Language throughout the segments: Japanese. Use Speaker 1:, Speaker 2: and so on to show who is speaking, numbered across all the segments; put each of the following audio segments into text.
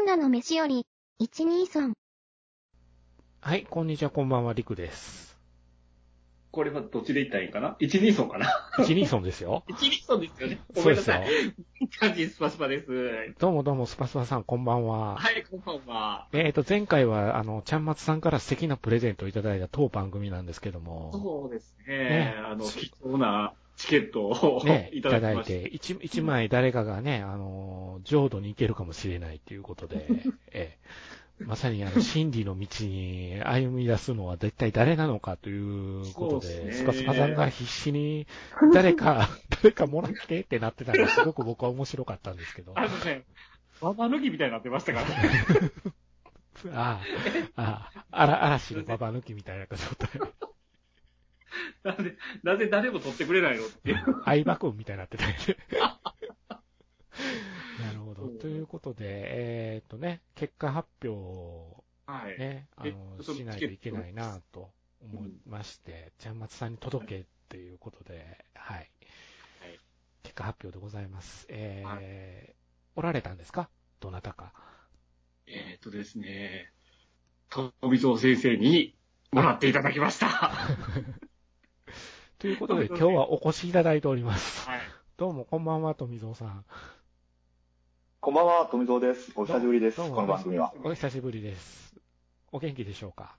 Speaker 1: ンナの飯より、123。
Speaker 2: はい、こんにちは、こんばんは、りく です。
Speaker 3: これはどっちで言ったらいいかな ?1、2層かな
Speaker 2: 一人村ですよ。
Speaker 3: ?1、2層ですよね。ご
Speaker 2: そう
Speaker 3: め
Speaker 2: で
Speaker 3: んな
Speaker 2: すよ
Speaker 3: さ。い。感じスパスパです。
Speaker 2: どうもどうも、スパスパさん、こんばんは。
Speaker 3: はい、こんばんは。
Speaker 2: えっ、と、前回は、あの、ちゃんまつさんから素敵なプレゼントをいただいた当番組なんですけども、
Speaker 3: そうですね。
Speaker 2: ね
Speaker 3: あの、
Speaker 2: そう
Speaker 3: 貴重なチケットを、
Speaker 2: ね、い
Speaker 3: い
Speaker 2: た
Speaker 3: た
Speaker 2: だ
Speaker 3: だきま
Speaker 2: い
Speaker 3: して
Speaker 2: て、一一枚誰かがね、あの、浄土に行けるかもしれないということ で、ええまさにあの、真理の道に歩み出すのは絶対誰なのかということ
Speaker 3: そう
Speaker 2: で、
Speaker 3: です
Speaker 2: ス
Speaker 3: ね
Speaker 2: パスパさんが必死に、誰か、 誰かもらってってなってたのが、すごく僕は面白かったんですけど、
Speaker 3: あ
Speaker 2: あ
Speaker 3: のね、ババ抜きみたいになってましたから。
Speaker 2: あ、ああ、あら嵐のババ抜きみたいな状態。
Speaker 3: なんで、なぜ誰も取ってくれないのっていう。
Speaker 2: 相葉君みたいになってたよね。なるほど
Speaker 3: う。ん
Speaker 2: ということで、えーっとね、結果発表を
Speaker 3: はい。
Speaker 2: ね、あ
Speaker 3: え
Speaker 2: の、
Speaker 3: その
Speaker 2: しないといけないなと思いまして、ちゃんまつさんに届けっていうことで、はい。
Speaker 3: はい
Speaker 2: 結果発表でございます。えー
Speaker 3: は
Speaker 2: おられたんですかどなたか。
Speaker 3: えっ、とですね、とびぞう先生にもらっていただきました。は
Speaker 2: ということで、今
Speaker 3: どう
Speaker 2: 日
Speaker 3: ぞ
Speaker 2: はお越しいただいております。
Speaker 3: い。
Speaker 2: どうも、こんばんは、富蔵さん。
Speaker 4: こんばんは、富蔵です。お久しぶりです。
Speaker 2: どうも
Speaker 4: この番組は。
Speaker 2: お久しぶりです。お元気でしょうか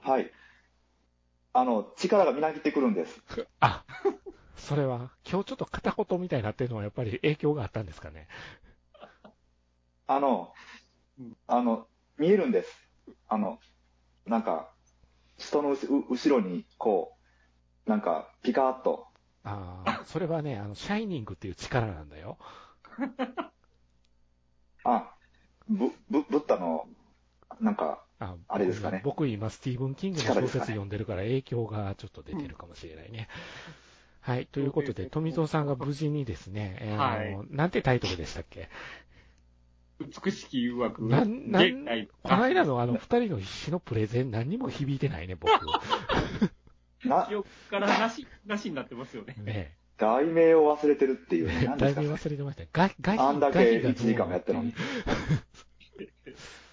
Speaker 4: はい。あの、力がみなぎってくるんです。
Speaker 2: あ、それは、今日ちょっと片言みたいになってるのはやっぱり影響があったんですかね。
Speaker 4: あの
Speaker 3: うん、
Speaker 4: あの、見えるんです。あの、なんか、人のうしう後ろに、こう、なんか、ピカーっと。
Speaker 2: ああ、それはね、あの、シャイニングっていう力なんだよ。
Speaker 4: あ、ぶ、ぶ、ブッダの、なんか、
Speaker 2: あ
Speaker 4: あれですかね
Speaker 2: 僕今、スティーブン・キングの小説読んでるから影響がちょっと出てるかもしれないね。はい、ということで、富蔵さんが無事にですね、えーあのなんてタイトルでしたっけ
Speaker 3: 美しき誘惑。
Speaker 2: なんなん
Speaker 3: 現代
Speaker 2: この間のあの、二人の必死のプレゼン何にも響いてないね、僕。
Speaker 4: な
Speaker 3: 記、憶からなし、なしになってますよね。
Speaker 2: ね
Speaker 4: 題名を忘れてるっていう
Speaker 2: え
Speaker 4: ね、何で
Speaker 2: 題
Speaker 4: すか
Speaker 2: 名忘れてましたね。ガガヒ
Speaker 4: あんだ
Speaker 2: ガ
Speaker 4: け
Speaker 2: ヒがどう
Speaker 4: 1時間もやってるのに。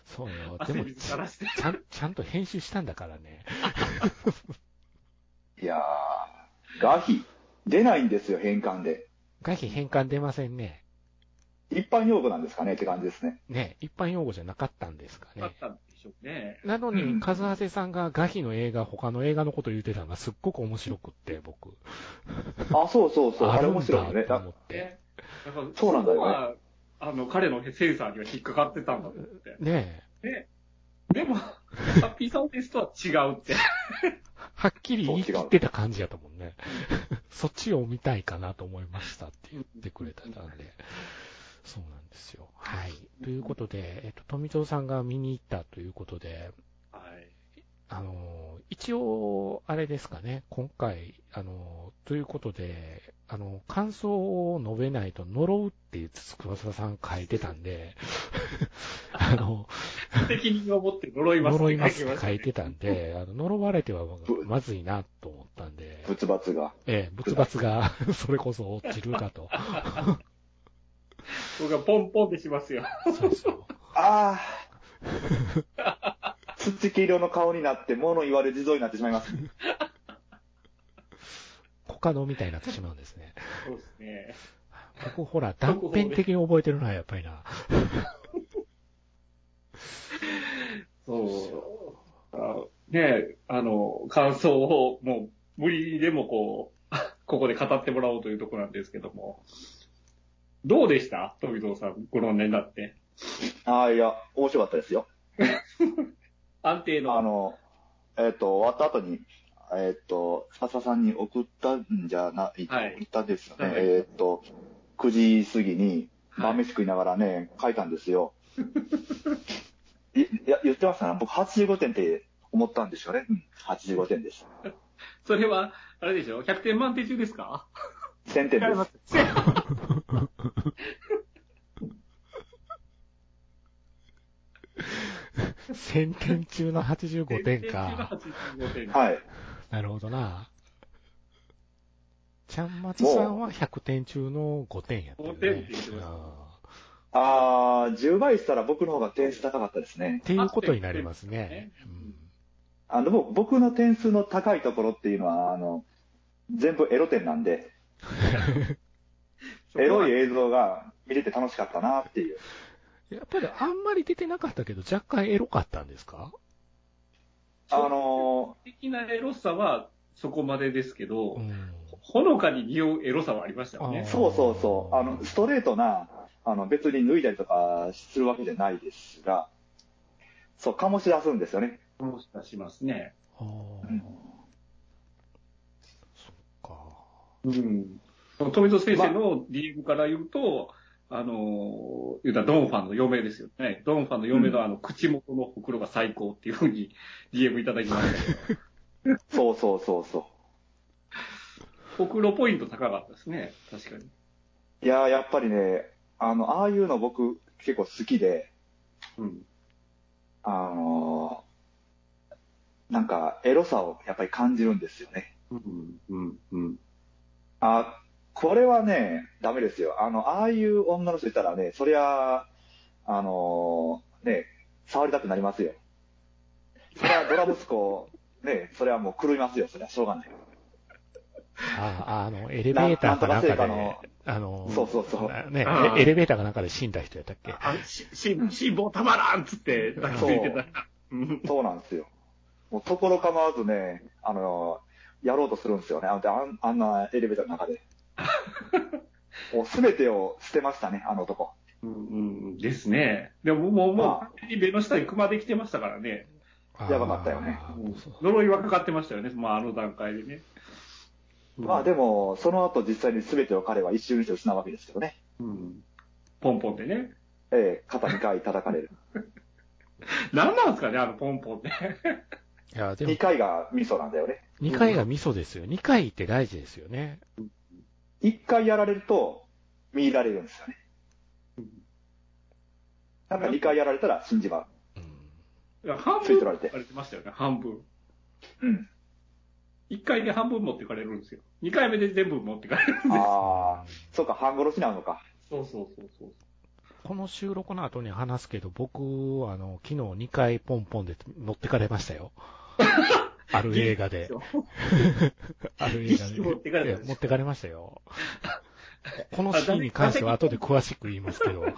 Speaker 2: そうよ。で
Speaker 3: 汗
Speaker 2: も、
Speaker 3: 水垂らして。
Speaker 2: ちゃん、ちゃんと編集したんだからね。
Speaker 4: いやー、ガヒ、出ないんですよ、変換で。
Speaker 2: 外費変換出ませんね。
Speaker 4: 一般用語なんですかねって感じですね。
Speaker 2: ね、一般用語じゃなかったんですか
Speaker 3: あっ
Speaker 2: ね。
Speaker 3: たんでしょうね。
Speaker 2: なの
Speaker 4: う
Speaker 2: に、
Speaker 4: ん
Speaker 2: カズハセさんがガヒの映画、他の映画のこと言ってたのがすっごく面白くって、僕。
Speaker 4: あ、そうそうそう、あれ
Speaker 2: るん
Speaker 4: 面
Speaker 2: だ
Speaker 4: 白いよね。
Speaker 2: と思って。
Speaker 3: ねだから
Speaker 4: そうなんだよ
Speaker 3: そ
Speaker 4: ね
Speaker 3: こはあの、彼のセンサーには引っかかってたんだと思って。
Speaker 2: ね
Speaker 3: でも、ハッピーサンデースとは違うって。
Speaker 2: え、はっきり言い切ってた感じやったもんね。 そっちを見たいかなと思いましたって言ってくれたんで。そうなんですよ。はい。ということで、えっと、富蔵さんが見に行ったということで、
Speaker 3: はい。
Speaker 2: あの、一応、あれですかね、今回、あの、ということで、あの、感想を述べないと呪うっていう黒沢さん書いてたんで、 あの、
Speaker 3: 責任を持って呪います
Speaker 2: 呪いま
Speaker 3: って
Speaker 2: すって書いてたんで、あの呪われてはまずいなと思ったんで、
Speaker 4: 仏罰が。
Speaker 2: ええ、仏罰が それこそ落ちるかと。
Speaker 3: 僕がポンポンってしますよ。
Speaker 2: そうそう。
Speaker 4: あ あ。土黄色の顔になって、物言われ地蔵になってしまいます。
Speaker 2: コカドみたいになってしまうんですね。
Speaker 3: そうですね。
Speaker 2: 僕ほら、 断片的に覚えてるのはやっぱりな。
Speaker 3: そう。あねえあの、感想をもう無理にでもこう、 ここで語ってもらおうというところなんですけども。どうでした富蔵さん、ご論年だって。
Speaker 4: ああ、いや、面白かったですよ。
Speaker 3: 安定の。
Speaker 4: あの、えっ、と、終わった後に、えっ、と、笹さんに送ったんじゃない、
Speaker 3: はい
Speaker 4: 送ったですよね。
Speaker 3: はい
Speaker 4: えっ、と、9時過ぎに、
Speaker 3: はい
Speaker 4: 晩飯食いながらね、書いたんですよ。いいや、言ってましたね。僕85点って思ったんですよね。うん、85点です。
Speaker 3: それは、あれでしょ ?100 点満点中ですか
Speaker 4: 1000点です。
Speaker 2: 1000点中の85点
Speaker 3: 中の
Speaker 2: か。
Speaker 3: 85点。
Speaker 4: はい。
Speaker 2: なるほどな。ちゃんまつさんは100点中の5点やったよ
Speaker 3: 5点って
Speaker 2: ね
Speaker 3: 言ってまし。た
Speaker 2: あ
Speaker 4: ああ、10倍したら僕の方が点数高かったですね。
Speaker 2: っていうことになりますね。うん
Speaker 4: あの、僕僕の点数の高いところっていうのは、あの、全部エロ点なんで、エロい映像が見れて楽しかったなっていう。
Speaker 2: やっぱりあんまり出てなかったけど、若干エロかったんですか
Speaker 4: あの
Speaker 3: 的なエロさはそこまでですけど、
Speaker 2: うん。
Speaker 3: ほのかに匂うエロさはありましたよ
Speaker 2: あ
Speaker 3: ね
Speaker 2: ー。
Speaker 4: そうそうそう、あの、ストレートな、あの、別に脱いだりとかするわけじゃないですが、そう、醸し出すんですよね。
Speaker 3: そうしたしますね。
Speaker 2: ああ。
Speaker 4: ん
Speaker 2: そっか。
Speaker 3: うん。富戸先生の DM から言うと、あの、言うたらドンファンの嫁ですよね。ドンファンの嫁
Speaker 4: う
Speaker 3: のあの、口元のほくろが最高っていうふうに DM いただきましたけど、
Speaker 4: そうそうそうそ
Speaker 3: ほくろポイント高かったですね。確かに。
Speaker 4: う。いやー、やっぱりね、あの、ああいうの僕結構好きで、
Speaker 3: うん。
Speaker 4: あのーなんか、エロさをやっぱり感じるんですよね。
Speaker 3: うん、うん、うん。
Speaker 4: あ、これはね、ダメですよ。あの、ああいう女の人いたらね、そりゃ、あのーね、触りたくなりますよ。それはドラ息子、ね、それはもう狂いますよ。それはしょうがない。
Speaker 2: ああ、あの、エレベーターかなんか
Speaker 4: な
Speaker 2: で、
Speaker 4: なんとか
Speaker 2: あの、
Speaker 4: そうそうそう
Speaker 2: なね
Speaker 3: あ、ー
Speaker 2: エエレベーターかなんかで死んだ人やったっけ
Speaker 3: あ、し、し、辛抱たまらんっつって抱きついてた。うん
Speaker 4: そうなんですよ。もう、ところ構わずね、あのーやろうとするんですよね。あのあんあんなエレベーターの 中で。もう、すべてを捨てましたね、あの男。
Speaker 3: うんうん、ですね。でももう、も
Speaker 4: ああ
Speaker 3: う、完全に目の下に熊できてましたからね。
Speaker 4: やばかったよね
Speaker 2: あ
Speaker 3: うん
Speaker 2: ーそう
Speaker 3: 呪いはかかってましたよね、まあ、あの段階でね。
Speaker 4: まあでも、その後実際に全てを彼は一瞬にして失うわけですけどね。
Speaker 3: うん、ポンポンってね。
Speaker 4: ええ肩2回叩か れる。
Speaker 3: 何なんですかね、あのポンポンって。
Speaker 2: いや、でも
Speaker 4: 2、回がミソなんだよね。
Speaker 2: 2回がミソですよ。2回って大事ですよね。
Speaker 4: 1回やられると、見入られるんですよね
Speaker 3: うん。
Speaker 4: なんか2回やられたら死んじま
Speaker 2: う
Speaker 4: う。
Speaker 2: ん
Speaker 3: 半
Speaker 4: つい
Speaker 3: 分
Speaker 4: てられて
Speaker 3: あれてましたよね、半分。
Speaker 4: うん。
Speaker 3: 1回で半分持ってかれるんですよ。2回目で全部持ってかれる んですよ。
Speaker 4: ああ、そうか、半殺しなのか。
Speaker 3: そうそうそうそう。
Speaker 2: この収録の後に話すけど、僕、あの、昨日2回ポンポンで乗ってかれましたよ。ある映画で。 ある映画で。
Speaker 3: 一緒に持ってかれたんですよ
Speaker 2: いや持ってかれましたよ。このシーンに関しては後で詳しく言いますけど、は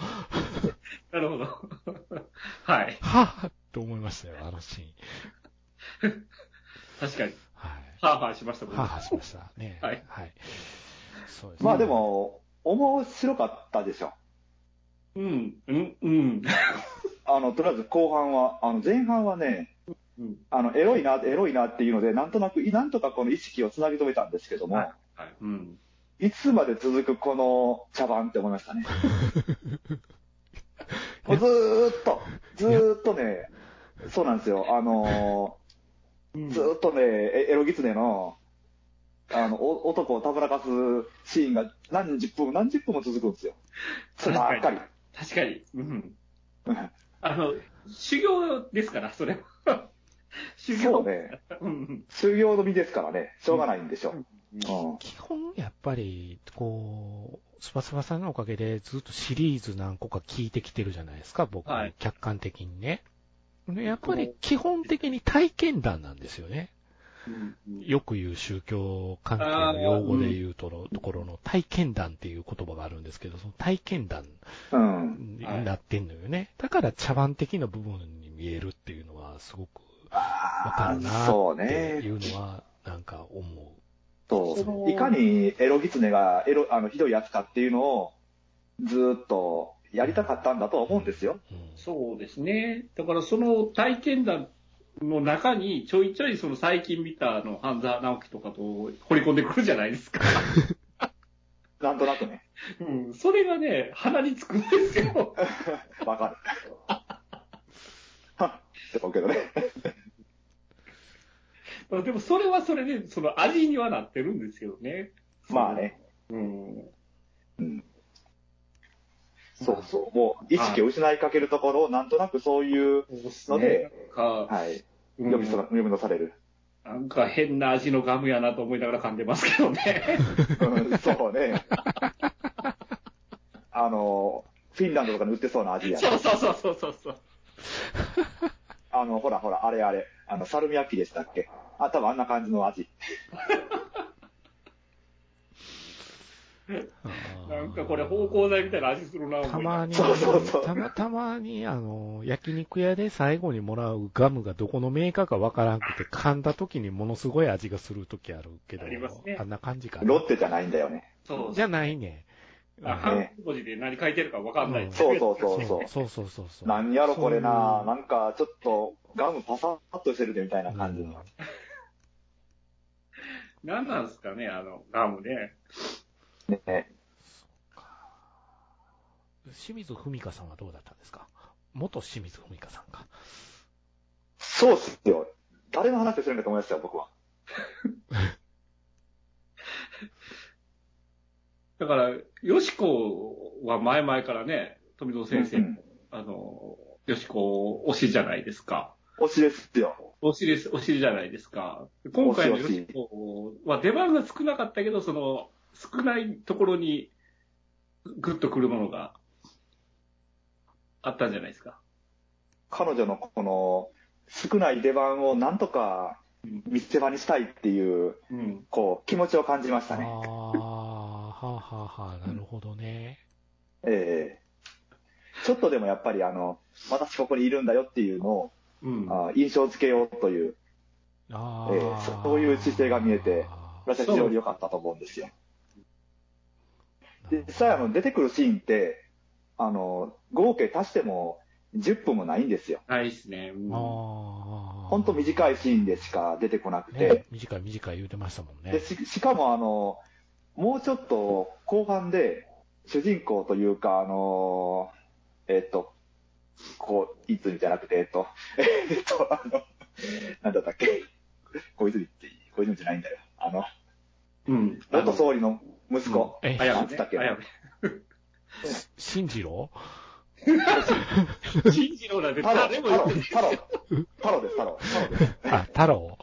Speaker 3: なるほど。 はい。
Speaker 2: ぁと思いましたよ、あのシーン。
Speaker 3: 確かに。
Speaker 2: はい。
Speaker 3: ハーハーしましたもん
Speaker 2: は ぁはぁしましたね。
Speaker 3: はい
Speaker 2: はい。そうですね
Speaker 4: まあで、も、面白かったでしょ。
Speaker 3: うん、うん、うん。
Speaker 4: あの、とりあえず後半は、あの、前半はね、
Speaker 3: うん
Speaker 4: あの、エロいな、エロいなっていうので、なんとなく、なんとかこの意識をつなぎ止めたんですけども、
Speaker 3: はいはい。うん。
Speaker 4: いつまで続くこの茶番って思いました ね。もうずーっと、ずーっとね、そうなんですよ。あのーずーっとね、エエロギツネの、あの、お男をたぶらかすシーンが何十分も何十分も続くんですよ。そればっかり。
Speaker 3: 確かに。うん。
Speaker 4: うん
Speaker 3: あの、修行ですから、それは。 修行。
Speaker 4: そう ね。
Speaker 3: うん。
Speaker 4: 修行の身ですからね、しょうがないんでしょ。うん
Speaker 2: 基本やっぱり、こう、スパスパさんのおかげでずっとシリーズ何個か聞いてきてるじゃないですか、僕、
Speaker 3: はい
Speaker 2: 客観的にね。ねやっぱり基本的に体験談なんですよね。
Speaker 3: うん
Speaker 2: よく言う宗教関係の用語で言うとのところの体験談っていう言葉があるんですけど、その体験談
Speaker 4: うん。
Speaker 2: に
Speaker 3: はい
Speaker 2: なってんのよね。だから茶番的な部分に見えるっていうのはすごくわかるな
Speaker 4: そう
Speaker 2: ってい
Speaker 4: ね。
Speaker 2: うのはなんか思う。
Speaker 4: そ。
Speaker 3: そう
Speaker 4: いかにエロギツネがエロ、あの、ひどいやつかっていうのを、ずーっとやりたかったんだとは思うんですよ。
Speaker 2: うん
Speaker 3: そうですね。だからその体験談の中にちょいちょいその最近見たあの、半沢直樹とかと掘り込んでくるじゃないですか。
Speaker 4: なんとなくね。
Speaker 3: うん。それがね、鼻につくんですよ。
Speaker 4: わかる。はっって思うけどね。
Speaker 3: でもそれはそれで、その味にはなってるんですけどね。
Speaker 4: まあ。ね。
Speaker 3: うん。
Speaker 4: そうそう。もう、意識を失いかけるところを、なんとなくそういう
Speaker 3: そうです
Speaker 4: の
Speaker 3: ね。、
Speaker 4: で
Speaker 3: なんか、
Speaker 4: はい、
Speaker 3: うん
Speaker 4: 読みそら読み出される。
Speaker 3: なんか変な味のガムやなと思いながら噛んでますけどね。
Speaker 4: うんそうね。あの、フィンランドとかに売ってそうな味や。
Speaker 3: そうそうそうそうそうそう。
Speaker 4: あの、ほらほら、あれあれ。あの、サルミアッキでしたっけあ、多分あんな感じの味。
Speaker 3: なんかこれ芳香剤みたいな味するな、
Speaker 2: た
Speaker 3: 思い
Speaker 2: ま
Speaker 3: なが
Speaker 2: に、
Speaker 4: そうそうそう
Speaker 2: たま、たまに、あの、焼肉屋で最後にもらうガムがどこのメーカーかわからんくて、噛んだ時にものすごい味がする時あるけど、
Speaker 3: ありますね
Speaker 2: あんな感じかな。
Speaker 4: ロッテじゃないんだよね。
Speaker 3: ら。そう。
Speaker 2: じゃないね。
Speaker 3: あ、
Speaker 4: か
Speaker 3: 半文字で何書いてるかわかんな
Speaker 2: うん
Speaker 3: い。
Speaker 4: そうそうそうそう。
Speaker 2: そうそうそうそう。
Speaker 4: 何やろこれな
Speaker 2: そう
Speaker 4: なんかちょっとガムパサッとしてるでみたいな感じ
Speaker 2: うん
Speaker 4: の。
Speaker 3: 何なんですかね、あの、ガムね。
Speaker 4: ね。
Speaker 2: 清水文香さんはどうだったんですか元清水文香さんか。
Speaker 4: そうっすよ。誰の話をしてるんだと思いましたよ、僕は。
Speaker 3: だから、よしこは前々からね、富蔵先生、
Speaker 4: うん
Speaker 3: あの、よしこ推しじゃないですか。
Speaker 4: 推しですよ。
Speaker 3: 推しです、推しじゃないですか。今回のよ
Speaker 4: 推し
Speaker 3: しこは出番が少なかったけど、その、少ないところに、ぐっとくるものがあったんじゃないですか。
Speaker 4: 彼女のこの少ない出番をなんとか見せ場にしたいっていう、
Speaker 3: うん。
Speaker 4: こう、気持ちを感じまし
Speaker 2: あ
Speaker 4: た
Speaker 2: あ、
Speaker 4: ね。
Speaker 2: はあはあはあ、なるほどね。
Speaker 4: ええちょっとでもやっぱりあの、私ここにいるんだよっていうのを、
Speaker 3: うん。
Speaker 4: あ印象付けようという、
Speaker 2: ああ、
Speaker 4: ええそそういう姿勢が見えて私は非常に良かったと思うんですよ。で実際あの、出てくるシーンって、あの、合計足しても10分もないんですよ。
Speaker 3: ないですね。うん
Speaker 4: ほ
Speaker 2: 本
Speaker 4: んと短いシーンでしか出てこなくて。
Speaker 2: 短い短い言うてましたもんね
Speaker 4: で。ししかもあの、もうちょっと後半で、主人公というか、あのえっと、こう、いつみじゃなくて、えっと、 えっと、あの、なんだったっけ、小泉って、小泉じゃないんだよ。あの、
Speaker 3: うん。
Speaker 4: 元総理の息子。
Speaker 2: え
Speaker 3: あや
Speaker 4: なんつったっけ
Speaker 3: あや
Speaker 2: 新次郎
Speaker 3: め。新次郎なんて
Speaker 4: 太郎、
Speaker 3: 誰も
Speaker 4: 太
Speaker 3: 言っ
Speaker 4: 郎
Speaker 3: てない、
Speaker 4: 太郎、太郎です、太郎、太郎です、
Speaker 2: あ、太郎。
Speaker 3: だろ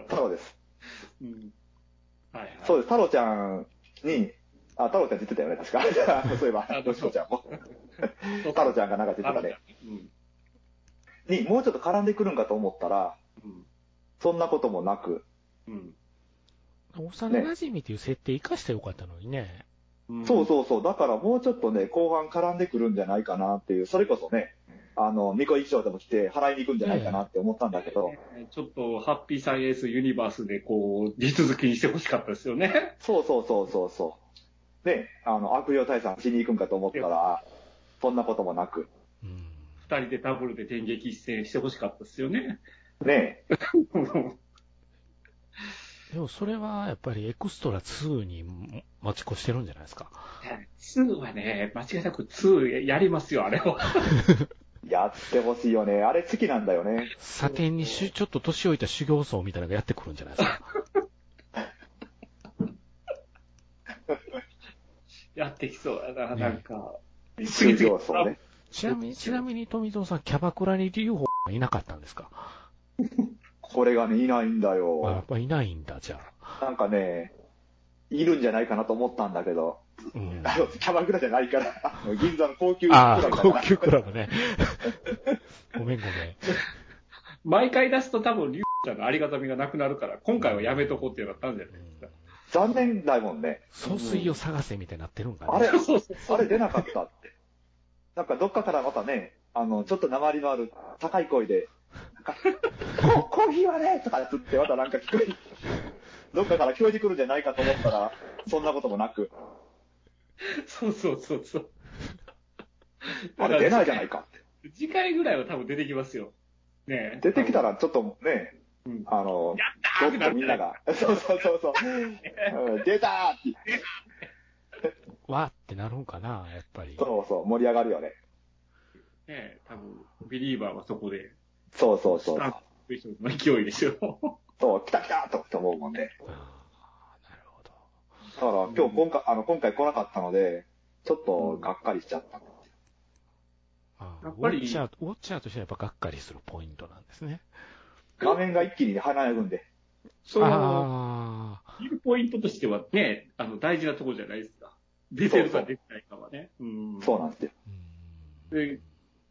Speaker 3: う
Speaker 4: 太。郎です。
Speaker 3: うんはいはい。
Speaker 4: そうです、太郎ちゃんに、あ、太郎ちゃん出てたよね、確 か。そういえば、よしこちゃんも。太郎ちゃんがなんか出てたね。
Speaker 3: うん。
Speaker 4: に、もうちょっと絡んでくるんかと思ったら、
Speaker 3: うん。
Speaker 4: そんなこともなく、
Speaker 3: うん
Speaker 2: 幼馴染っていう設定生かしてよかったのにね。
Speaker 3: うん。
Speaker 4: そうそうそう、だからもうちょっとね、後半絡んでくるんじゃないかなっていう、それこそね、あの、巫女一生でも来て、払いに行くんじゃないかなって思ったんだけど、
Speaker 3: ちょっと、ハッピーサイエンスユニバースで、こう、地続きにしてほしかったですよね。
Speaker 4: そうそうそうそうそう。ね、あの、悪霊退散しに行くんかと思ったら、そんなこともなく、
Speaker 2: うん。
Speaker 3: 二人でダブルで電撃出演してほしかったですよね。
Speaker 4: ね、
Speaker 2: でもそれはやっぱりエクストラ2に持ち越してるんじゃないですか。
Speaker 3: 2はね、間違いなく2やりますよ、あれは。
Speaker 4: やってほしいよね。あれ好きなんだよね。
Speaker 2: サテンにしゅちょっと年老いた修行僧みたいなのがやってくるんじゃないですか。
Speaker 3: やってきそうやな、なんか。
Speaker 4: 水上層ね。
Speaker 2: ちなみに、ちなみに富蔵さん、キャバクラに UFO はいなかったんですか
Speaker 4: これがね、いないんだ
Speaker 2: あやっ
Speaker 4: よ。
Speaker 2: ぱいないんだ、じゃあ。
Speaker 4: なんかね、いるんじゃないかなと思ったんだけど、
Speaker 2: うん。
Speaker 4: あのキャバクラじゃないから、 あの銀座の高級ク
Speaker 2: あ
Speaker 4: ラ
Speaker 2: あ、
Speaker 4: ブだから
Speaker 2: 高級クラブ ね。ごめんごめ
Speaker 3: 毎回出すと多分、リュウちゃんのありがたみがなくなるから、今回はやめとこうってなったんじゃない
Speaker 2: ん
Speaker 3: で。
Speaker 4: 残念だもんね。
Speaker 2: 総水を探せみたいになってるんかな。
Speaker 4: あれ、
Speaker 3: すか。そうそうそ
Speaker 4: あ
Speaker 3: う。
Speaker 4: れ出なかったって。なんかどっかからまたね、あの、ちょっと鉛のある高い声で、なんか、ココーヒーはねとかつってまたなんか聞こえ、どっかから聞こえてくるんじゃないかと思ったら、そんなこともなく、
Speaker 3: そうそうそうそう。
Speaker 4: あれ出ないじゃないかって。
Speaker 3: 次回ぐらいは多分出てきますよ。ねえ
Speaker 4: 出てきたらちょっとね
Speaker 3: うん、
Speaker 4: あの、ち
Speaker 3: や
Speaker 4: ょ
Speaker 3: っ
Speaker 4: った
Speaker 3: ー
Speaker 4: とみんなが、 そうそうそうそう、うん出たーって、
Speaker 2: わーってなるんかな、やっぱり。
Speaker 4: そうそう、盛り上がるよね。
Speaker 3: ねえ、多分、ビリーバーはそこで、
Speaker 4: そうそうそうそう。
Speaker 3: あの人の勢いですよ。
Speaker 4: そう、来た来たとと思うもんね。
Speaker 2: あーなるほど。
Speaker 4: だから今日今回、あの、今回来なかったので、ちょっとがっかりしちゃった。
Speaker 2: あー
Speaker 3: やっ
Speaker 2: ウ
Speaker 3: ぱ
Speaker 2: ォ
Speaker 3: り
Speaker 2: ッチャー、ウォッチャーとしてはやっぱがっかりするポイントなんですね。
Speaker 4: 画面が一気に離れるんで。
Speaker 3: その、
Speaker 2: ああ、
Speaker 3: 見るポイントとしてはね、あの、大事なとこじゃないですか。出てるか出てないかはね。うん。
Speaker 4: そうなんですよ。
Speaker 2: うん
Speaker 3: で、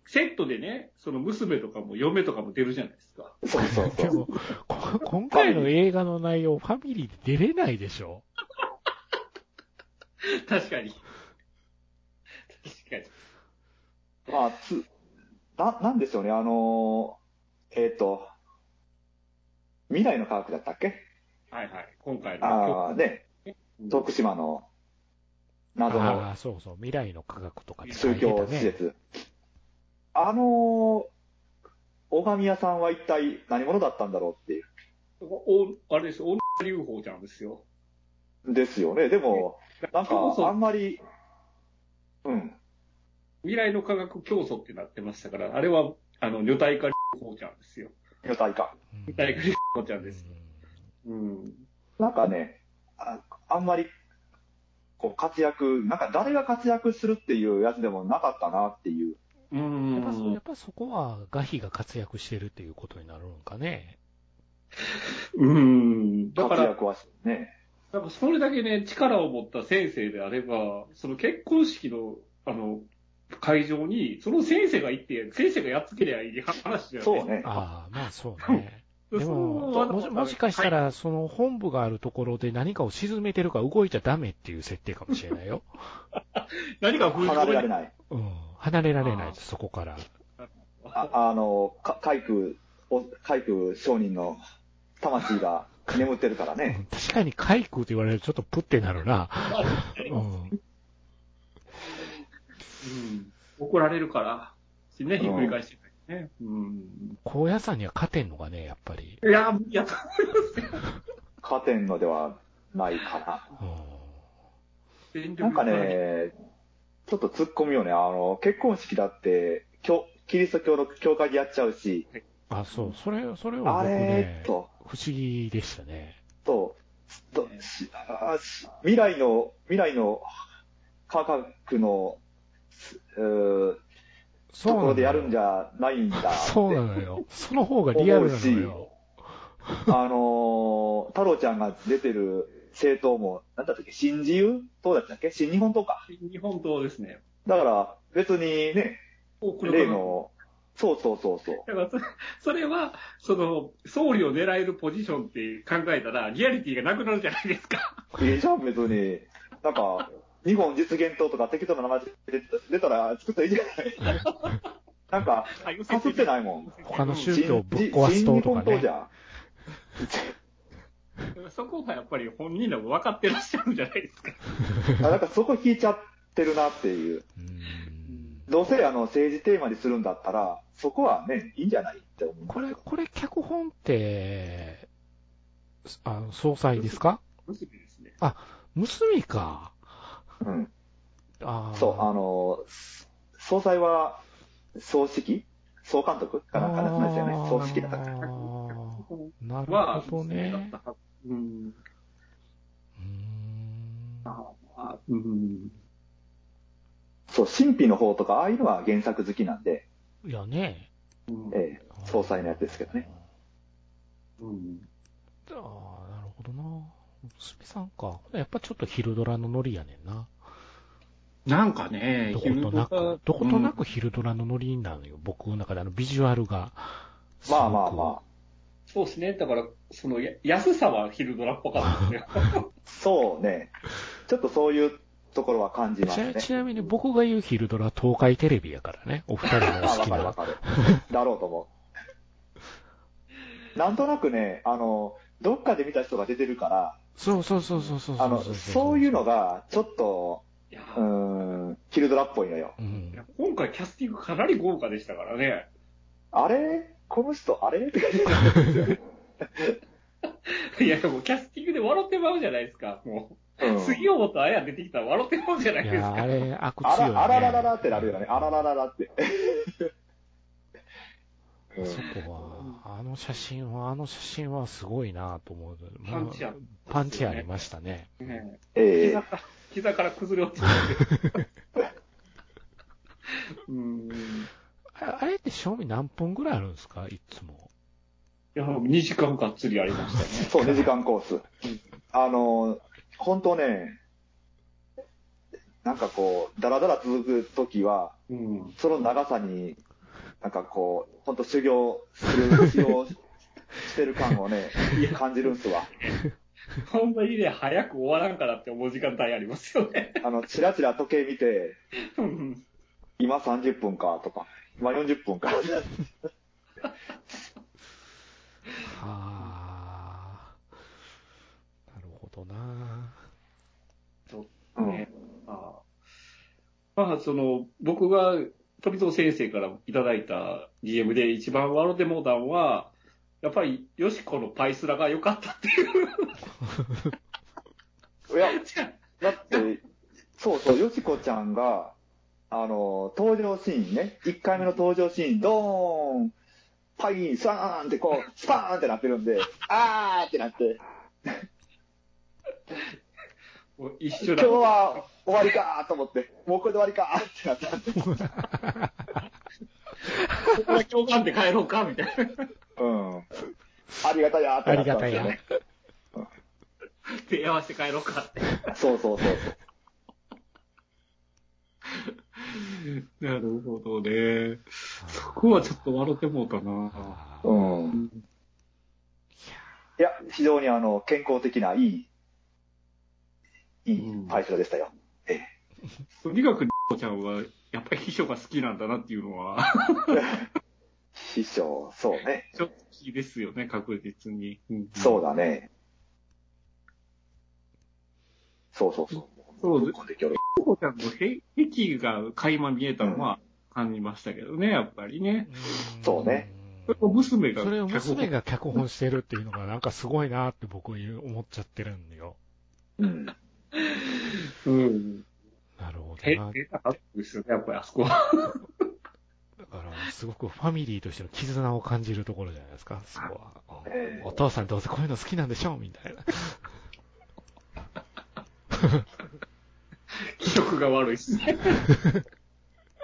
Speaker 3: セットでね、その娘とかも嫁とかも出るじゃないですか。
Speaker 4: そうそうそ
Speaker 2: で
Speaker 4: う。
Speaker 2: も、こ今回の映画の内容、ファミリーで出れないでしょ
Speaker 3: 確かに。確かに。
Speaker 4: まあ、つ、な、なんでしょうね、あのー、えっ、と、未来の科学だったっけ
Speaker 3: はいはい。今回の
Speaker 4: ああ、ね、
Speaker 3: 曲。
Speaker 4: 徳島の謎の
Speaker 2: ああ、そうそう、未来の科学とかで書いて
Speaker 4: 宗
Speaker 2: た
Speaker 4: 教施設。あのー、拝み屋さんは一体何者だったんだろうっていう。
Speaker 3: お、あれです、女流法ちゃんですよ。
Speaker 4: ですよね。でも、なんか
Speaker 3: 競、
Speaker 4: あ
Speaker 3: 争
Speaker 4: んまり、うん。
Speaker 3: 未来の科学競争ってなってましたから、あれは、あの、女体化流法ちゃんですよ。
Speaker 4: 女体か。
Speaker 2: うん
Speaker 3: 女体化流法ちゃんです。うん。
Speaker 4: なんかね、ああんまり、こう、活躍、なんか誰が活躍するっていうやつでもなかったなっていう。
Speaker 3: う
Speaker 2: やっぱそ
Speaker 3: ん
Speaker 2: やっ。ぱそこは、ガヒが活躍してるっていうことになるのかね。
Speaker 3: うん。だ
Speaker 4: 活
Speaker 3: から、
Speaker 4: 躍はしね。
Speaker 3: なんかそれだけね、力を持った先生であれば、その結婚式の、あの、会場に、その先生が行って、先生がやっつけりゃいい話じゃない
Speaker 4: そう。ね。
Speaker 2: ああ、まあそうね。
Speaker 3: そ
Speaker 2: でも、
Speaker 3: うわざわ
Speaker 2: も
Speaker 3: ざ
Speaker 2: しもしかした
Speaker 3: は
Speaker 2: ら、その本部があるところで何かを沈めてるから動いちゃダメっていう設定かもしれないよ。
Speaker 3: い何か封じ
Speaker 4: 離
Speaker 3: 込
Speaker 4: れら
Speaker 3: め
Speaker 4: れ
Speaker 3: て
Speaker 4: ない。
Speaker 2: うん。離れられないです、そこから。
Speaker 4: ああの、か海空、お海空商人の魂が眠ってるから
Speaker 2: う
Speaker 4: ね。
Speaker 2: ん確かに、海空と言われるとちょっとプってなるな。うん。
Speaker 3: うん怒られるから、ね、ひっくり返してないね。うん。
Speaker 2: 高野山には勝てんのがね、やっぱり。
Speaker 3: いや、いや、
Speaker 4: 勝てんのではないかな。
Speaker 2: う
Speaker 3: 全
Speaker 4: なんか
Speaker 3: で怒られる、
Speaker 4: ね、ちょっと突っ込みよね。あの、結婚式だって、教キリスト教の教会でやっちゃうし、
Speaker 2: ん。あ、そう。それ、それを
Speaker 4: あ
Speaker 2: 僕
Speaker 4: れ
Speaker 2: ね、、不
Speaker 4: と、
Speaker 2: 思議でしたね。
Speaker 4: と、としあし未来の、未来の科学の、すうー
Speaker 2: そうな
Speaker 4: と
Speaker 2: の
Speaker 4: こ
Speaker 2: よ
Speaker 4: ろでやるんじゃないんだって。
Speaker 2: そうなのよ。その方がリアルなのよ。
Speaker 4: あのー、太郎ちゃんが出てる政党も、なんだったっけ、新自由党だったっけ新日本党か。
Speaker 3: 日本刀ですね。
Speaker 4: だから、別にね、
Speaker 3: 多くの
Speaker 4: 例の、そうそうそうそう。
Speaker 3: だからそれ、それは、その、総理を狙えるポジションって考えたら、リアリティがなくなるじゃないですか。
Speaker 4: いいじゃん、別に。なんか、日本実現党とか適当な名前で出たら作ったらいいじゃない。 なんか、かすってないもん。
Speaker 2: 他の
Speaker 3: 州
Speaker 2: 宗教をぶっ壊す党とか
Speaker 4: 新日本党じ
Speaker 2: ね。
Speaker 4: ゃ。
Speaker 3: そこがやっぱり本人らも分かってらっしゃるんじゃないですか。
Speaker 4: あなんかそこ引いちゃってるなっていう。
Speaker 2: うん
Speaker 4: どうせあの政治テーマにするんだったら、そこはね、いいんじゃないって思う。
Speaker 2: これ、これ、脚本って、あの、総裁ですか
Speaker 3: 娘ですね。
Speaker 2: 娘か。
Speaker 4: うん。
Speaker 2: あー
Speaker 4: そう、あの、総裁は、総指揮総監督かなんかなんですよね。総指揮だったから。
Speaker 2: あーな
Speaker 3: は、
Speaker 2: るほど
Speaker 3: 娘だ
Speaker 2: ね
Speaker 3: っ。たはずうん。
Speaker 2: うーん
Speaker 3: ああうん。
Speaker 4: そう、神秘の方とか、ああいうのは原作好きなんで、
Speaker 2: いやね。
Speaker 3: うん
Speaker 4: ええ総裁のやつですけどね。
Speaker 3: うん
Speaker 2: ああ、なるほどな。娘さんか。ほなやっぱちょっと昼ドラのノリやねんな。
Speaker 3: なんかね、
Speaker 2: どことな
Speaker 3: 昼間
Speaker 2: く、どことなく昼ドラのノリなのよ。僕の中であのビジュアルが。
Speaker 4: まあまあまあ。
Speaker 3: そうですね。だから、その、や安さは昼ドラっぽかった ですね。
Speaker 4: そうね。ちょっとそういうところは感じ
Speaker 2: すご
Speaker 4: ま
Speaker 2: く
Speaker 4: す
Speaker 2: ちなちな
Speaker 4: ね。
Speaker 2: みに僕が言う昼ドラは東海テレビやからね。お二人
Speaker 4: あ、
Speaker 2: のお好
Speaker 4: わ
Speaker 2: き
Speaker 4: かるわ
Speaker 2: な。
Speaker 4: かる。だろうと思う。なんとなくね、あの、どっかで見た人が出てるから、
Speaker 2: そうそうそうそうそう。
Speaker 4: あの、そういうの。が、ちょっと、
Speaker 3: いや
Speaker 4: うーん、キルドラっぽいのよ。
Speaker 2: うん。
Speaker 3: 今回キャスティングかなり豪華でしたからね。
Speaker 4: あれこの人、あれって感じ
Speaker 3: いや、もうキャスティングで笑ってまうじゃないですか。も
Speaker 4: う
Speaker 3: う、
Speaker 4: ん
Speaker 3: 杉本彩出てきたら笑ってまうじゃない
Speaker 2: い
Speaker 3: です
Speaker 2: や、
Speaker 3: か。
Speaker 2: あれ、悪
Speaker 4: あ
Speaker 2: 強い、ね。
Speaker 4: ら、あららららってなるよね。あららららって。うん
Speaker 2: そこは、あの写真は、あの写真はすごいなと思う。
Speaker 3: パンチあ
Speaker 2: まあパンチありましたね。
Speaker 3: ね
Speaker 4: ええ
Speaker 3: 膝から膝から崩れ落ちて る。うん。い
Speaker 2: ああれって賞味何分ぐらいあるんですかいつも。
Speaker 3: や、2時間がっつりありましたね。
Speaker 4: そう、2時間コース。あの、本当ね、なんかこう、だらだら続く時は、
Speaker 3: うん。
Speaker 4: その長さに、なんかこう、ほんと修行する、修行して る感をね、感じるんすわ。
Speaker 3: ほんまにね、早く終わらんからって思う時間帯ありますよね。
Speaker 4: あの、チラチラ時計見て、
Speaker 3: うん
Speaker 4: 今30分かとか、今40分か。
Speaker 2: は あ。なるほどな。
Speaker 4: うん。
Speaker 3: ねああまあ、その、僕が富蔵先生からいただいた DM で一番笑ってもうたんは、やっぱり、よしこのパイスラが良かったっていう。
Speaker 4: いや、だって、そうそう、よしこちゃんが、あの、登場シーンね、1回目の登場シーン、ドーン、パイン、サーンってこう、スパーンってなってるんで、あーってなって、
Speaker 3: もう一緒
Speaker 4: 今
Speaker 3: だ
Speaker 4: 日。は終わりかーと思って、もうこれで終わりかーってなって、
Speaker 3: ここは共感で帰ろうか、みたいな。
Speaker 4: うん。ありがたやーって
Speaker 2: あ
Speaker 4: な
Speaker 2: り
Speaker 4: っ
Speaker 2: が
Speaker 4: たん
Speaker 2: た
Speaker 4: ですよ
Speaker 2: や
Speaker 4: ね。。
Speaker 3: 手合わせて帰ろうかって。
Speaker 4: そうそうそう。
Speaker 3: なるほどね。そこはちょっと笑ってもうたな。
Speaker 2: あー
Speaker 4: うん。いや、非常にあの、健康的な、いい、いいパイセラでしたよ。
Speaker 3: とにかく、こちゃんは、やっぱり秘書が好きなんだなっていうの は、
Speaker 4: 師匠、そうね。
Speaker 3: ちょっと好きですよね、確実に。
Speaker 4: そう
Speaker 3: だ。
Speaker 4: だね。そうそうそう。
Speaker 3: そうです。
Speaker 4: こできょろ
Speaker 3: こちゃんのへ癖が垣間見えたのは感じましたけどね、やっぱりね。
Speaker 4: そうね
Speaker 3: それを娘が、
Speaker 2: それを娘
Speaker 3: が。
Speaker 2: が脚本してるっていうのがなんかすごいなって僕思っちゃってるんだよ。
Speaker 4: うん。
Speaker 3: うん。
Speaker 2: なるほど
Speaker 3: 変
Speaker 2: な。
Speaker 3: 変な発想ですよね、やっぱりあそこは。
Speaker 2: だから、すごくファミリーとしての絆を感じるところじゃないですか、そこは。
Speaker 4: ええ
Speaker 2: お父さんどうせこういうの好きなんでしょみたいな。
Speaker 3: 気色が悪いしね。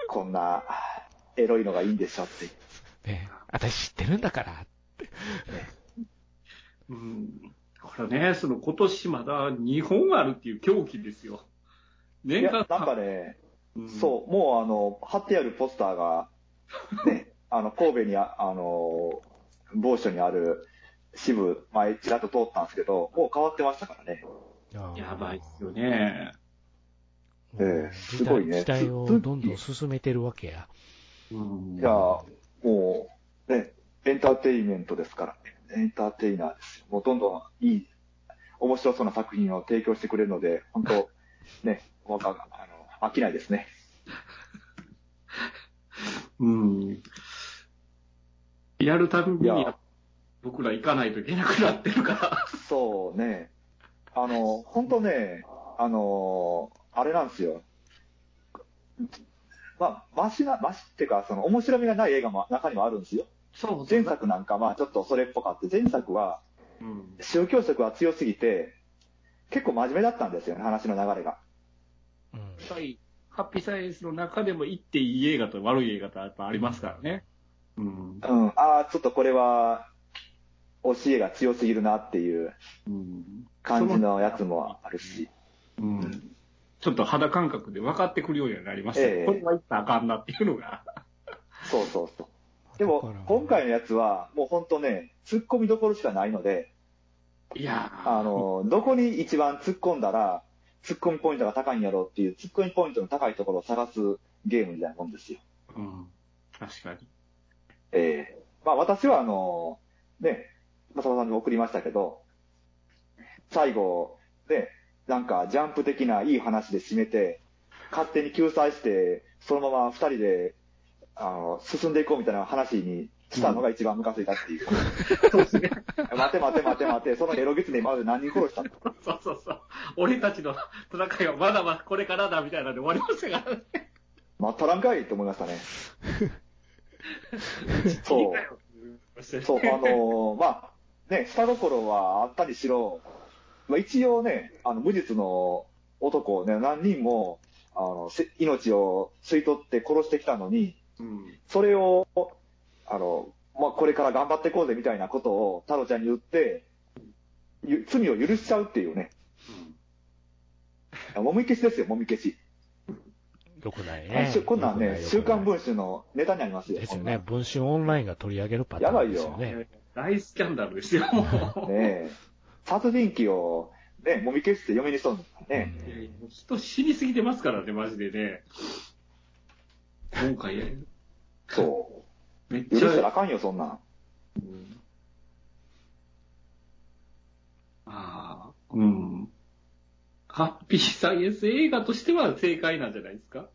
Speaker 4: こんな、エロいのがいいんでしょって。
Speaker 2: ね私知ってるんだから。
Speaker 3: うん。これね、その今年まだ2本あるっていう狂気ですよ。
Speaker 4: い
Speaker 3: 年
Speaker 4: や、な
Speaker 3: 間
Speaker 4: んかね、
Speaker 3: うん
Speaker 4: そう、もうあの、貼ってあるポスターが、 ね、あの、神戸にあ、あの、某所にある支部、前、ちらっと通ったんですけど、もう変わってましたからね。
Speaker 3: やばいっすよね。
Speaker 2: もう
Speaker 4: ええすごいね
Speaker 2: 時代時代を
Speaker 4: ずっと
Speaker 2: どんどん進めてるわけや。
Speaker 3: うん
Speaker 4: いや、もう、ね、エンターテインメントですから、ね、エンターテイナーですよ。もうどんどんいい、面白そうな作品を提供してくれるので、本当、ね、 わかあの、飽きないですね。
Speaker 3: うん。やるたびに
Speaker 4: いや
Speaker 3: 僕ら行かないといけなくなってるから。
Speaker 4: そうね、あの、本当ね、あの、あれなんですよ。まあ、マシな、マシっていうか、その、面白みがない映画も中にもあるんですよ。
Speaker 3: そう
Speaker 4: 前作なんか、まあ、ちょっとそれっぽかって、前作は、
Speaker 3: うん。
Speaker 4: 宗教色が強すぎて、結構真面目だったんですよね、話の流れが。
Speaker 2: うん
Speaker 3: やっぱり、ハッピーサイエンスの中でも行っていい映画と悪い映画とやっぱありますからね。うん。
Speaker 4: うん、ああ、ちょっとこれは、教えが強すぎるなっていう
Speaker 3: うん。
Speaker 4: 感じのやつもあるし、
Speaker 3: うん。ちょっと肌感覚で分かってくるようになりました、
Speaker 4: ええ
Speaker 3: これは行ったらあかんなっていうのが。
Speaker 4: そうそうそう。でも、今回、のやつは、もう本当ね、突っ込みどころしかないので、
Speaker 3: いやー
Speaker 4: あ、の、どこに一番突っ込んだら、突っ込みポイントが高いんやろうっていう、突っ込みポイントの高いところを探すゲームみたいなもんですよ。
Speaker 3: うん。確かに。
Speaker 4: ええまあ私はあの、ね、まさまさんにも送りましたけど、最後、ね、なんかジャンプ的ないい話で締めて、勝手に救済して、そのまま二人で、あの、進んでいこうみたいな話にしたのが一番ムカついたっていう。
Speaker 3: そうですね。
Speaker 4: 待て待て待て待て、そのエロゲツで今まで何人殺したの
Speaker 3: そうそうそう。俺たちの戦いはまだまだこれからだみたいなんで終わりましたからね。
Speaker 4: 待ったらんかいって思いましたね。そう。
Speaker 3: そ
Speaker 4: そう、あ のーまあ、ね、下心はあったにしろ、まあ、一応ね、あの、無実の男をね、何人も、あの、せ命を吸い取って殺してきたのに、
Speaker 3: う。うん。
Speaker 4: それを、あの、まあ、これから頑張っていこうぜみたいなことを太郎ちゃんに言って、ゆ罪を許しちゃうっていうね、もみ消しですよ、もみ消し。
Speaker 2: よくないね。
Speaker 4: こんなん
Speaker 2: 良く
Speaker 4: ね
Speaker 2: な、い
Speaker 4: 週刊文春のネタにありますよ。
Speaker 2: ですよ
Speaker 4: こんな
Speaker 2: ね。
Speaker 4: ん
Speaker 2: 文春オンラインが取り上げるパターンですよね。
Speaker 3: 大スキャンダルですよ、も
Speaker 4: ねえ。殺人鬼を、ね、もみ消して嫁にしとんのね。
Speaker 3: う。いやいや人死にすぎてますからね、マジでね。今回、
Speaker 4: そ
Speaker 3: めっ
Speaker 4: う。許
Speaker 3: ち
Speaker 4: したら
Speaker 3: ゃ。
Speaker 4: あかんよ、そんなん。
Speaker 3: うんああ、うん。ハッピーサイエンス映画としては正解なんじゃないですか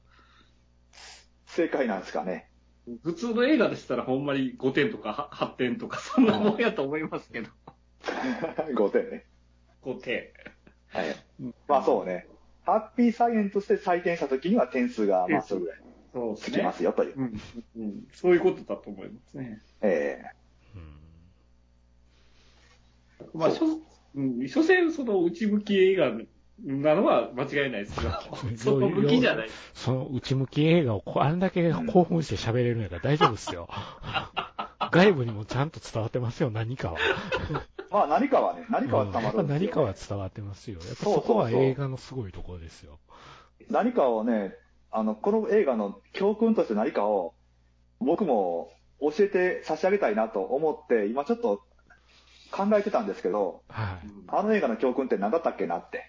Speaker 4: 正解なんですかね。
Speaker 3: 普通の映画でしたらほんまに5点とかは8点とかそんなもんやと思いますけど。
Speaker 4: 5点ね。
Speaker 3: 5点。
Speaker 4: はい。まあそうね。ハッピーサイエントして採点した時には点数が、まあそれぐらい
Speaker 3: そうで
Speaker 4: つ
Speaker 3: す
Speaker 4: き
Speaker 3: ね
Speaker 4: ま。すよ、という。
Speaker 3: うんうんそういうことだと思いますね。
Speaker 4: ええ
Speaker 2: うん
Speaker 3: まあ、
Speaker 4: そ
Speaker 3: 所うん、所詮、その内向き映画なのは間違いないですけど、 その向きじゃない。
Speaker 2: その内向き映画をこうあんだけ興奮して喋れるんやから大丈夫です よ。外部にもちゃんと伝わってますよ、何かは。
Speaker 4: まあ何かはね、何かは
Speaker 2: うん
Speaker 4: た
Speaker 2: や
Speaker 4: ま
Speaker 2: っぱ
Speaker 4: るんです
Speaker 2: 何
Speaker 4: よ
Speaker 2: かは伝わってますよ。やっぱ
Speaker 4: そう
Speaker 2: そ
Speaker 4: そ
Speaker 2: うこは映画のすごいところですよ。
Speaker 4: 何かをね、あの、この映画の教訓として何かを、僕も教えて差し上げたいなと思って、今ちょっと考えてたんですけど、
Speaker 2: は
Speaker 4: あの映画の教訓って何だったっけなって。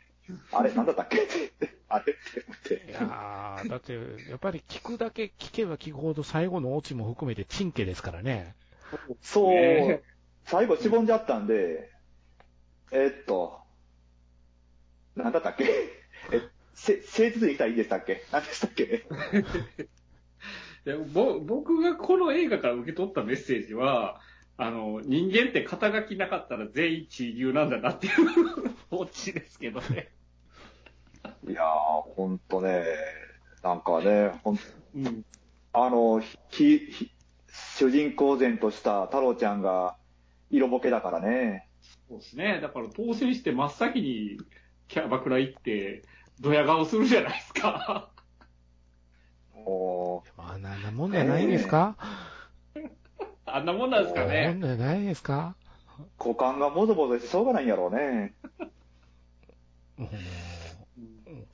Speaker 4: あれ何だったっけって。あれって思って。
Speaker 2: い。いやーだって、やっぱり聞くだけ聞けば聞くほど最後のオチも含めてチンケですからね。
Speaker 4: そう、
Speaker 3: ね
Speaker 4: 最後しぼんじゃったんで、えっと、なんだったっけ え、せ、誠実に行きたらいいでしたっけ何でしたっけ
Speaker 3: でぼ僕がこの映画から受け取ったメッセージは、あの、人間って肩書きなかったら全員地流なんだなっていう オチですけどね。
Speaker 4: いやー、ほんとね、なんかね、ほん
Speaker 3: うん。
Speaker 4: あの、ひ、ひ、主人公然とした太郎ちゃんが色ぼけだからね。
Speaker 3: そうですね。だから当選して真っ先にキャバクラ行って、ドヤ顔するじゃないですか。
Speaker 4: も
Speaker 2: まあ、なんなもんじゃないんですか、
Speaker 3: あんなもんなんですか
Speaker 2: な
Speaker 3: ね
Speaker 2: ん。なもんじゃないですか
Speaker 4: う、股間がもぞもぞしてしょうがないんやろうね。
Speaker 2: もう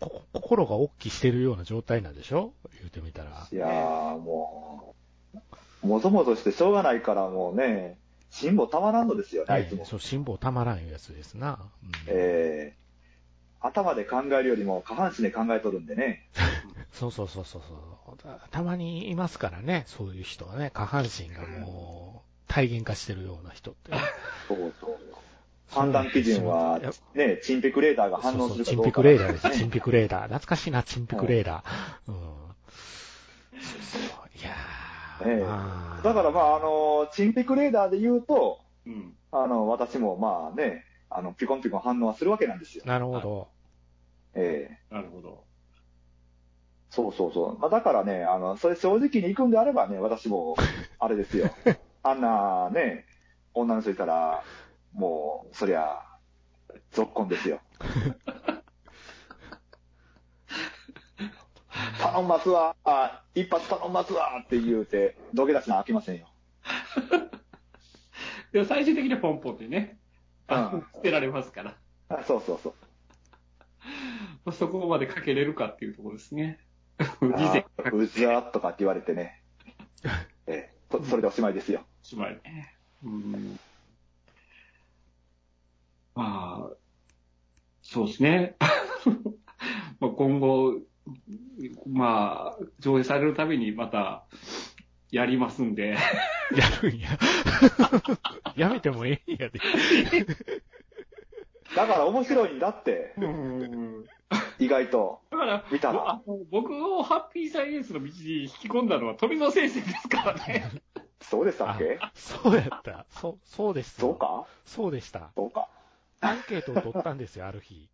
Speaker 2: こ心が大きしてるような状態なんでしょ言うてみたら。
Speaker 4: いやー、もう、もぞもぞしてしょうがないからもうね、辛抱たまらんのですよね、あいつ
Speaker 2: ええ
Speaker 4: も。
Speaker 2: そう、辛抱たまらんいうやつですな。うん
Speaker 4: えー、頭で考えるよりも下半身で考えとるんでね。
Speaker 2: そうそうそうそうそうた。たまにいますからね、そういう人はね、下半身がもう、体現化してるような人って。
Speaker 4: そうそう。 判断基準
Speaker 2: そうな
Speaker 4: は
Speaker 2: んですよ、
Speaker 4: ね、チンピクレーダーが
Speaker 2: そう
Speaker 4: 反応
Speaker 2: そ
Speaker 4: す
Speaker 2: う
Speaker 4: るか
Speaker 2: チ
Speaker 4: ど
Speaker 2: ン
Speaker 4: う
Speaker 2: ピ
Speaker 4: か
Speaker 2: ク
Speaker 4: な
Speaker 2: レ
Speaker 4: ん
Speaker 2: ーダー
Speaker 4: で
Speaker 2: ですす、
Speaker 4: ね
Speaker 2: チンピクレーダー。懐かしいな、チンピクレーダー。うん。そうそういやー、
Speaker 4: ええ
Speaker 2: ま
Speaker 4: だからまあ、あ、の、チンピクレーダーで言うと、
Speaker 3: うん。
Speaker 4: あの、私もまあね、あの、ピコンピコン反応はするわけなんですよ。
Speaker 2: なるほど。
Speaker 4: ええ
Speaker 3: なるほど。
Speaker 4: そうそうそう。まあ、だからね、あの、それ正直に行くんであればね、私も、あれですよ。あんなね、女の人いたら、もう、そりゃ、ぞっこんですよ。頼んますわ、あ一発頼んますわって言うて、土下座しなあきませんよ。
Speaker 3: でも最終的にはポンポンってね、あの捨てられますから。
Speaker 4: あそうそうそう。
Speaker 3: まあそこまでかけれるかっていうところですね。 人生
Speaker 4: あーうじゃーとかって言われてね。ええそそれでおしまいですよ。
Speaker 3: しまいね。うん。まあ、そうですね。 まあ今後、まあ、上映されるたびにまた、やりますんで。
Speaker 2: やるんや。 やめてもええんやで。
Speaker 4: だから面白いんだって、意外と。
Speaker 3: だから、
Speaker 4: 見た
Speaker 3: あ
Speaker 4: ら。
Speaker 3: の僕をハッピーサイエンスの道に引き込んだのは富野先生ですからね。
Speaker 4: そうでしたっけ
Speaker 2: あそうやった。そう、そうです。
Speaker 4: そうか
Speaker 2: そうでした。
Speaker 4: そうか。
Speaker 2: アンケートを取ったんですよ、ある日。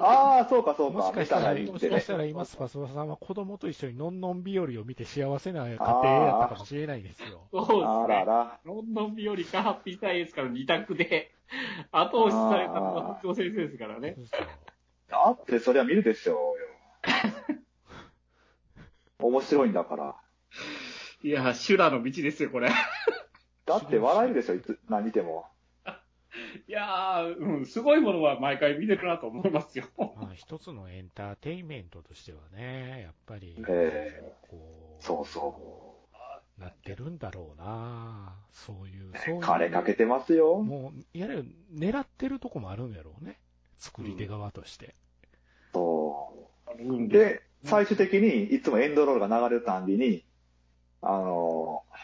Speaker 4: ああ、そうか、そう
Speaker 2: も
Speaker 4: か
Speaker 2: し。か
Speaker 4: 見
Speaker 2: した
Speaker 4: た
Speaker 2: ら、
Speaker 4: らいい
Speaker 2: も
Speaker 4: っ
Speaker 2: してか
Speaker 4: ね
Speaker 2: し。たら今、スパスパさんは子供と一緒にのんのん日和を見て幸せな家庭やったかもしれないですよ。
Speaker 3: そうですね。
Speaker 4: あらら。
Speaker 3: ロンドン日和かハッピーサイエンスから二択で後押しされたのは富野先生ですからね。
Speaker 2: そうそう
Speaker 4: あって、そりゃ見るでしょうよ。面白いんだから。
Speaker 3: いや、修羅の道ですよ、これ。
Speaker 4: だって笑えるでしょ、いつ、何見ても。
Speaker 3: いやー、うん、すごいものは毎回見てるなと思います よ。
Speaker 2: まあ、一つのエンターテインメントとしてはね、やっぱり、
Speaker 4: え
Speaker 2: こう、
Speaker 4: そうそ。
Speaker 2: なってるんだろうなそういう、そういうう。
Speaker 4: 金かけてますよ。
Speaker 2: もう、いわゆる狙ってるとこもあるんやろうね。作り手側として。
Speaker 4: そ
Speaker 3: あるん
Speaker 4: う。
Speaker 3: で、
Speaker 4: で、最終的に、いつもエンドロールが流れるたんびに、あのー、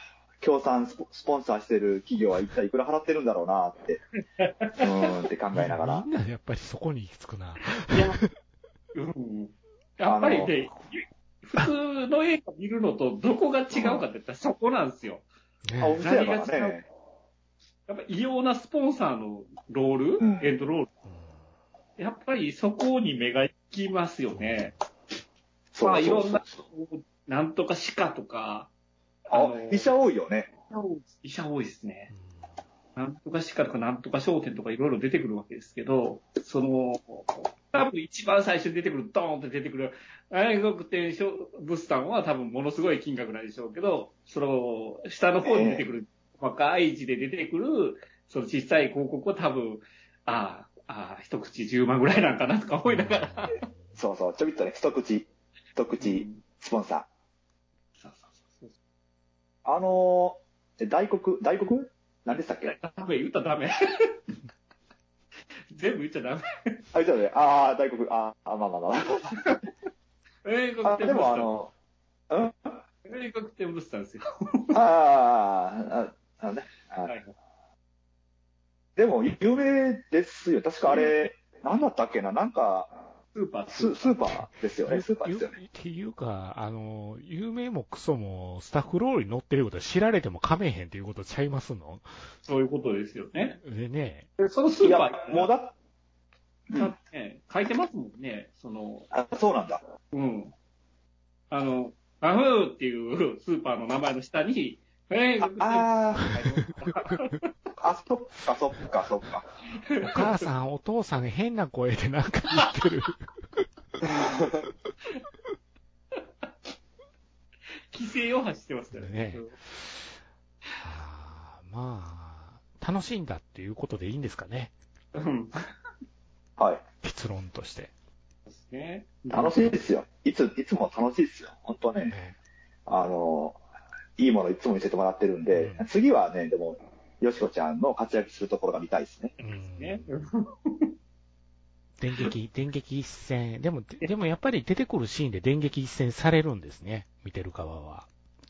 Speaker 4: 協賛スポスポンサーしてる企業は一体いくら払ってるんだろうなって、うーんって考えながら
Speaker 2: み。んなやっぱりそこに行き着くな。
Speaker 3: うん、やっぱりね、普通の映画見るのとどこが違うかって言ったらそこなんですよ。
Speaker 4: あ、お
Speaker 2: ね、
Speaker 4: 店やから
Speaker 3: 何が違う
Speaker 4: ね。
Speaker 3: やっぱ異様なスポンサーのロール、
Speaker 4: うん
Speaker 3: エンドロール。
Speaker 2: うん
Speaker 3: やっぱりそこに目が行きますよね。
Speaker 4: そう
Speaker 3: まあい
Speaker 4: そう
Speaker 3: ろ
Speaker 4: そ
Speaker 3: ん
Speaker 4: う
Speaker 3: な、なんとか鹿とか、
Speaker 4: あ、医者多いよね。
Speaker 3: 医者多いですね。なんとか鹿とかなんとか商店とかいろいろ出てくるわけですけど、その、多分一番最初に出てくる、ドーンって出てくる、愛国店物産は多分ものすごい金額なんでしょうけど、その、下の方に出てくる、若い字で出てくる、その小さい広告は多分、ああ、ああ、一口10万ぐらいなんかなとか思いながら。
Speaker 4: そうそう、ちょびっとね、一口、一口、スポンサ
Speaker 3: そうそうそう
Speaker 4: ー。あのー、え大黒、大黒何でしたっけ
Speaker 3: そうダメ、言ったらダメ。全部言っちゃダメ。
Speaker 4: あ、じゃあね、ああ、大黒、あーあ、まあまあま
Speaker 3: 英国
Speaker 4: あ。あ
Speaker 3: 店
Speaker 4: で
Speaker 3: 物
Speaker 4: もあ
Speaker 3: 産。
Speaker 4: の、うん
Speaker 3: 英国店物産ですよ。
Speaker 4: あーあー、あーあのねあ
Speaker 3: は
Speaker 4: ー
Speaker 3: い
Speaker 4: でも、有名ですよ。確かあれ、何だったっけななんか、
Speaker 3: スーパー、
Speaker 4: ススーパーですよね。スーパー
Speaker 2: ゆ
Speaker 4: です
Speaker 2: ゆ
Speaker 4: よね。
Speaker 2: っていうか、あの、有名もクソもスタッフロールに乗ってること知られてもかめへんっていうことちゃいますの
Speaker 3: そういうことですよね。
Speaker 2: でね、
Speaker 3: でそのス
Speaker 4: い
Speaker 3: ー
Speaker 4: や
Speaker 3: パ、ー
Speaker 4: もう
Speaker 3: だ
Speaker 4: だ、うん
Speaker 3: ってね、書いてますもんね、その、
Speaker 4: あそうなんだ。
Speaker 3: うん。あの、アフーっていうスーパーの名前の下に、えー、
Speaker 4: ああ、あ、そっか、そっか、そっか。
Speaker 2: お母さん、お父さん変な声でなんか言ってる。
Speaker 3: 規制を発してますから
Speaker 2: ね
Speaker 3: ね。
Speaker 2: はあまあ、楽しんだっていうことでいいんですかね。
Speaker 3: うん。
Speaker 4: はい。
Speaker 2: 結論として。
Speaker 3: ね。
Speaker 4: 楽しいですよ。いつ、いつも楽しいですよ。本当ね。
Speaker 2: ね
Speaker 4: あの、いいものいつも見せてもらってるんで、
Speaker 2: うん
Speaker 4: 次はね、でも、よしこちゃんの活躍するところが見たいですね。
Speaker 2: うん
Speaker 3: ね。
Speaker 2: 電撃、電撃一戦。でも、ででもやっぱり出てくるシーンで電撃一戦されるんですね。見てる側は。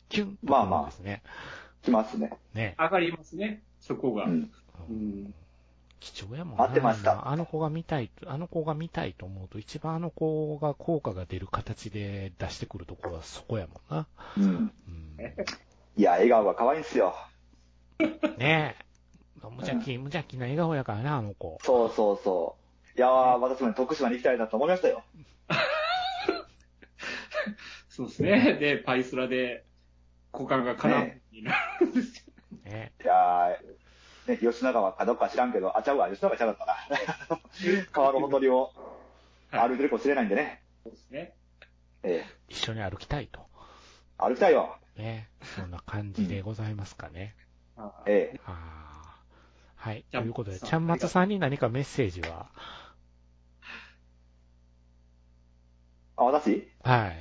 Speaker 2: キュンとくるんですね。
Speaker 4: 来ますね。
Speaker 2: ね。
Speaker 3: 上がりますね、そこが。
Speaker 4: う
Speaker 3: うん。
Speaker 4: ん。
Speaker 2: 貴重やもんな。
Speaker 4: 合ってました
Speaker 2: あの子が見たいと、あの子が見たいと思うと、一番あの子が効果が出る形で出してくるところはそこやもんな。
Speaker 4: うん。
Speaker 2: うん、ね
Speaker 3: え
Speaker 4: いや、笑顔が可愛いんすよ。
Speaker 2: え。無邪気、無邪気な笑顔やからな、あの子。
Speaker 4: そうそうそう。いやー、私もね徳島に行きたいなと思いましたよ。
Speaker 3: そうですね。で、パイスラで、股間が絡む
Speaker 4: ね
Speaker 3: になるんですよ。
Speaker 2: ね
Speaker 4: いやー、ね、吉永はかどっか知らんけど、あちゃうわ、吉永ちゃうかったな。 川のほとりを歩いてるかもしれないんでね。
Speaker 3: そうですね。
Speaker 4: え
Speaker 2: 一緒に歩きたいと。
Speaker 4: え歩きたいよ。
Speaker 2: ねそんな感じでございますかね。
Speaker 3: あー
Speaker 4: ええ
Speaker 2: あーはい。
Speaker 3: ち
Speaker 2: と
Speaker 3: ゃん
Speaker 2: いうことで、
Speaker 3: さん
Speaker 2: ちゃんまつさんに何かメッセージは
Speaker 4: あ、私
Speaker 2: はい。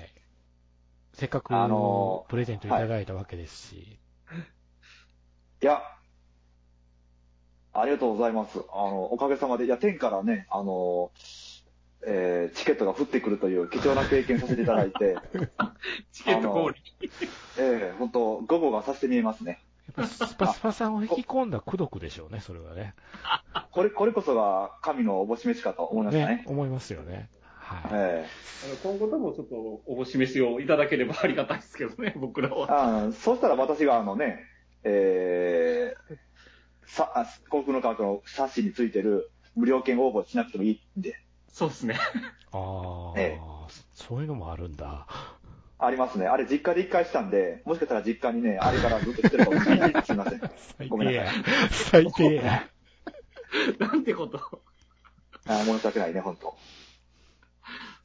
Speaker 2: せっかく、
Speaker 4: あのー
Speaker 2: プレゼントいただいたわけですし。
Speaker 4: いや、ありがとうございます。あの、おかげさまで、いや、天からね、あの、えーチケットが降ってくるという貴重な経験させていただいて、
Speaker 3: チケット氷。
Speaker 4: ええ本当午後がさして見えますね。
Speaker 2: やっぱスパスパさんを引き込んだ功徳でしょうね、それはね。
Speaker 4: これ、これこそが神のおぼし飯かと思いました
Speaker 2: ね
Speaker 4: ね。、
Speaker 2: 思いますよね。はい。
Speaker 4: え
Speaker 3: あの今後ともちょっとお示しをいただければありがたいですけどね、僕ら
Speaker 4: え
Speaker 3: は。
Speaker 4: あのそうしたら私があのね、えー、さ、あ幸福の科学の冊子についてる無料券応募しなくてもいいんで、
Speaker 3: そうですね。
Speaker 2: ああ、
Speaker 4: ええ
Speaker 2: そういうのもあるんだ。
Speaker 4: ありますね。あれ実家で一回したんで、もしかしたら実家にね、あれからずっと来てるかもしれない。すいません。
Speaker 2: 最
Speaker 4: ご
Speaker 2: 低
Speaker 4: めんな
Speaker 2: や。最低や。
Speaker 3: なんてこと。
Speaker 4: あ申し訳ないね、本当。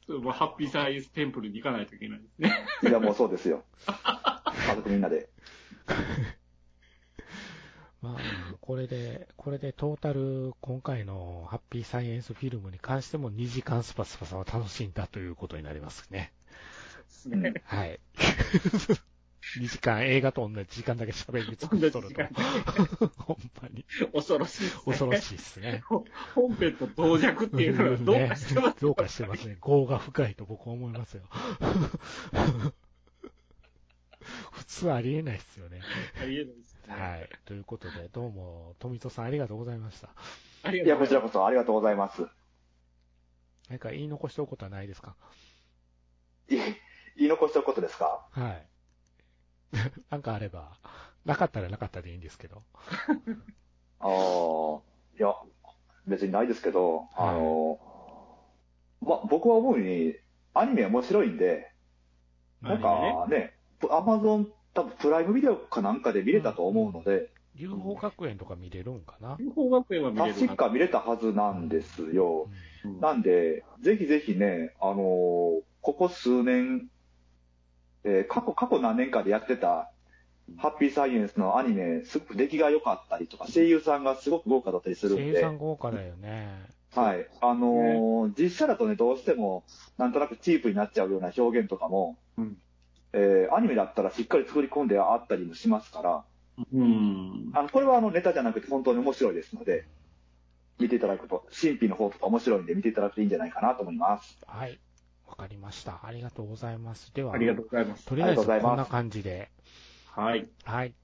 Speaker 3: そうもうハッピーサイエンステンプルに行かないといけないですね。
Speaker 4: いや、もうそうですよ。家族みんなで。
Speaker 2: まあ、これで、これでトータル、今回のハッピーサイエンスフィルムに関しても2時間スパスパさんは楽しんだということになりますね。
Speaker 4: うん
Speaker 2: はい。2時間映画と同じ時間だけ喋り尽くしとると。ほんまに。
Speaker 3: 恐ろしいですね。
Speaker 2: 恐ろしいですね。
Speaker 3: 本編と同弱っていうのはどうかしてます、
Speaker 2: ねどうかしてますね。業が深いと僕は思いますよ。 普通ありえないですよね。
Speaker 3: ありえないですね。
Speaker 2: はい。ということで、どうも、富戸さんありがとうございました。
Speaker 3: あり
Speaker 4: いや、こちら
Speaker 3: も。
Speaker 4: こそありがとうございます。
Speaker 2: 何か言い残しておくことはないですか
Speaker 4: い言い残しておくことですか
Speaker 2: はい。 なんかあれば、なかったらなかったでいいんですけど。
Speaker 4: ああ、いや、別にないですけど、あの、ま、僕は思うに、アニメ面白いんで、なん
Speaker 2: まあね
Speaker 4: かね、アマゾン多分プライムビデオかなんかで見れたと思うので、
Speaker 2: UFO 学園とか見れるんかな、
Speaker 3: 流行学園は見れる
Speaker 4: 確か見れたはずなんですよ
Speaker 2: う。ん
Speaker 4: なんで、ぜひぜひね、あのーここ数年、えー過去、過去何年かでやってた、ハッピーサイエンスのアニメ、すごく出来が良かったりとか、声優さんがすごく豪華だったりするん
Speaker 2: 声優
Speaker 4: で、
Speaker 2: さん豪華だよね。
Speaker 4: はい。あのー実写だとね、どうしても、なんとなくチープになっちゃうような表現とかも、
Speaker 3: うん
Speaker 4: えーアニメだったらしっかり作り込んであったりもしますから、
Speaker 3: うん。
Speaker 4: あの、これはあの、ネタじゃなくて本当に面白いですので、見ていただくと、神秘の方とか面白いんで見ていただくといいんじゃないかなと思います。
Speaker 2: はい。わかりました。ありがとうございます。では、
Speaker 3: ありがとうございます。
Speaker 2: とりあえず
Speaker 4: ありがとうございます
Speaker 2: こんな感じで。
Speaker 3: はい。
Speaker 2: はい。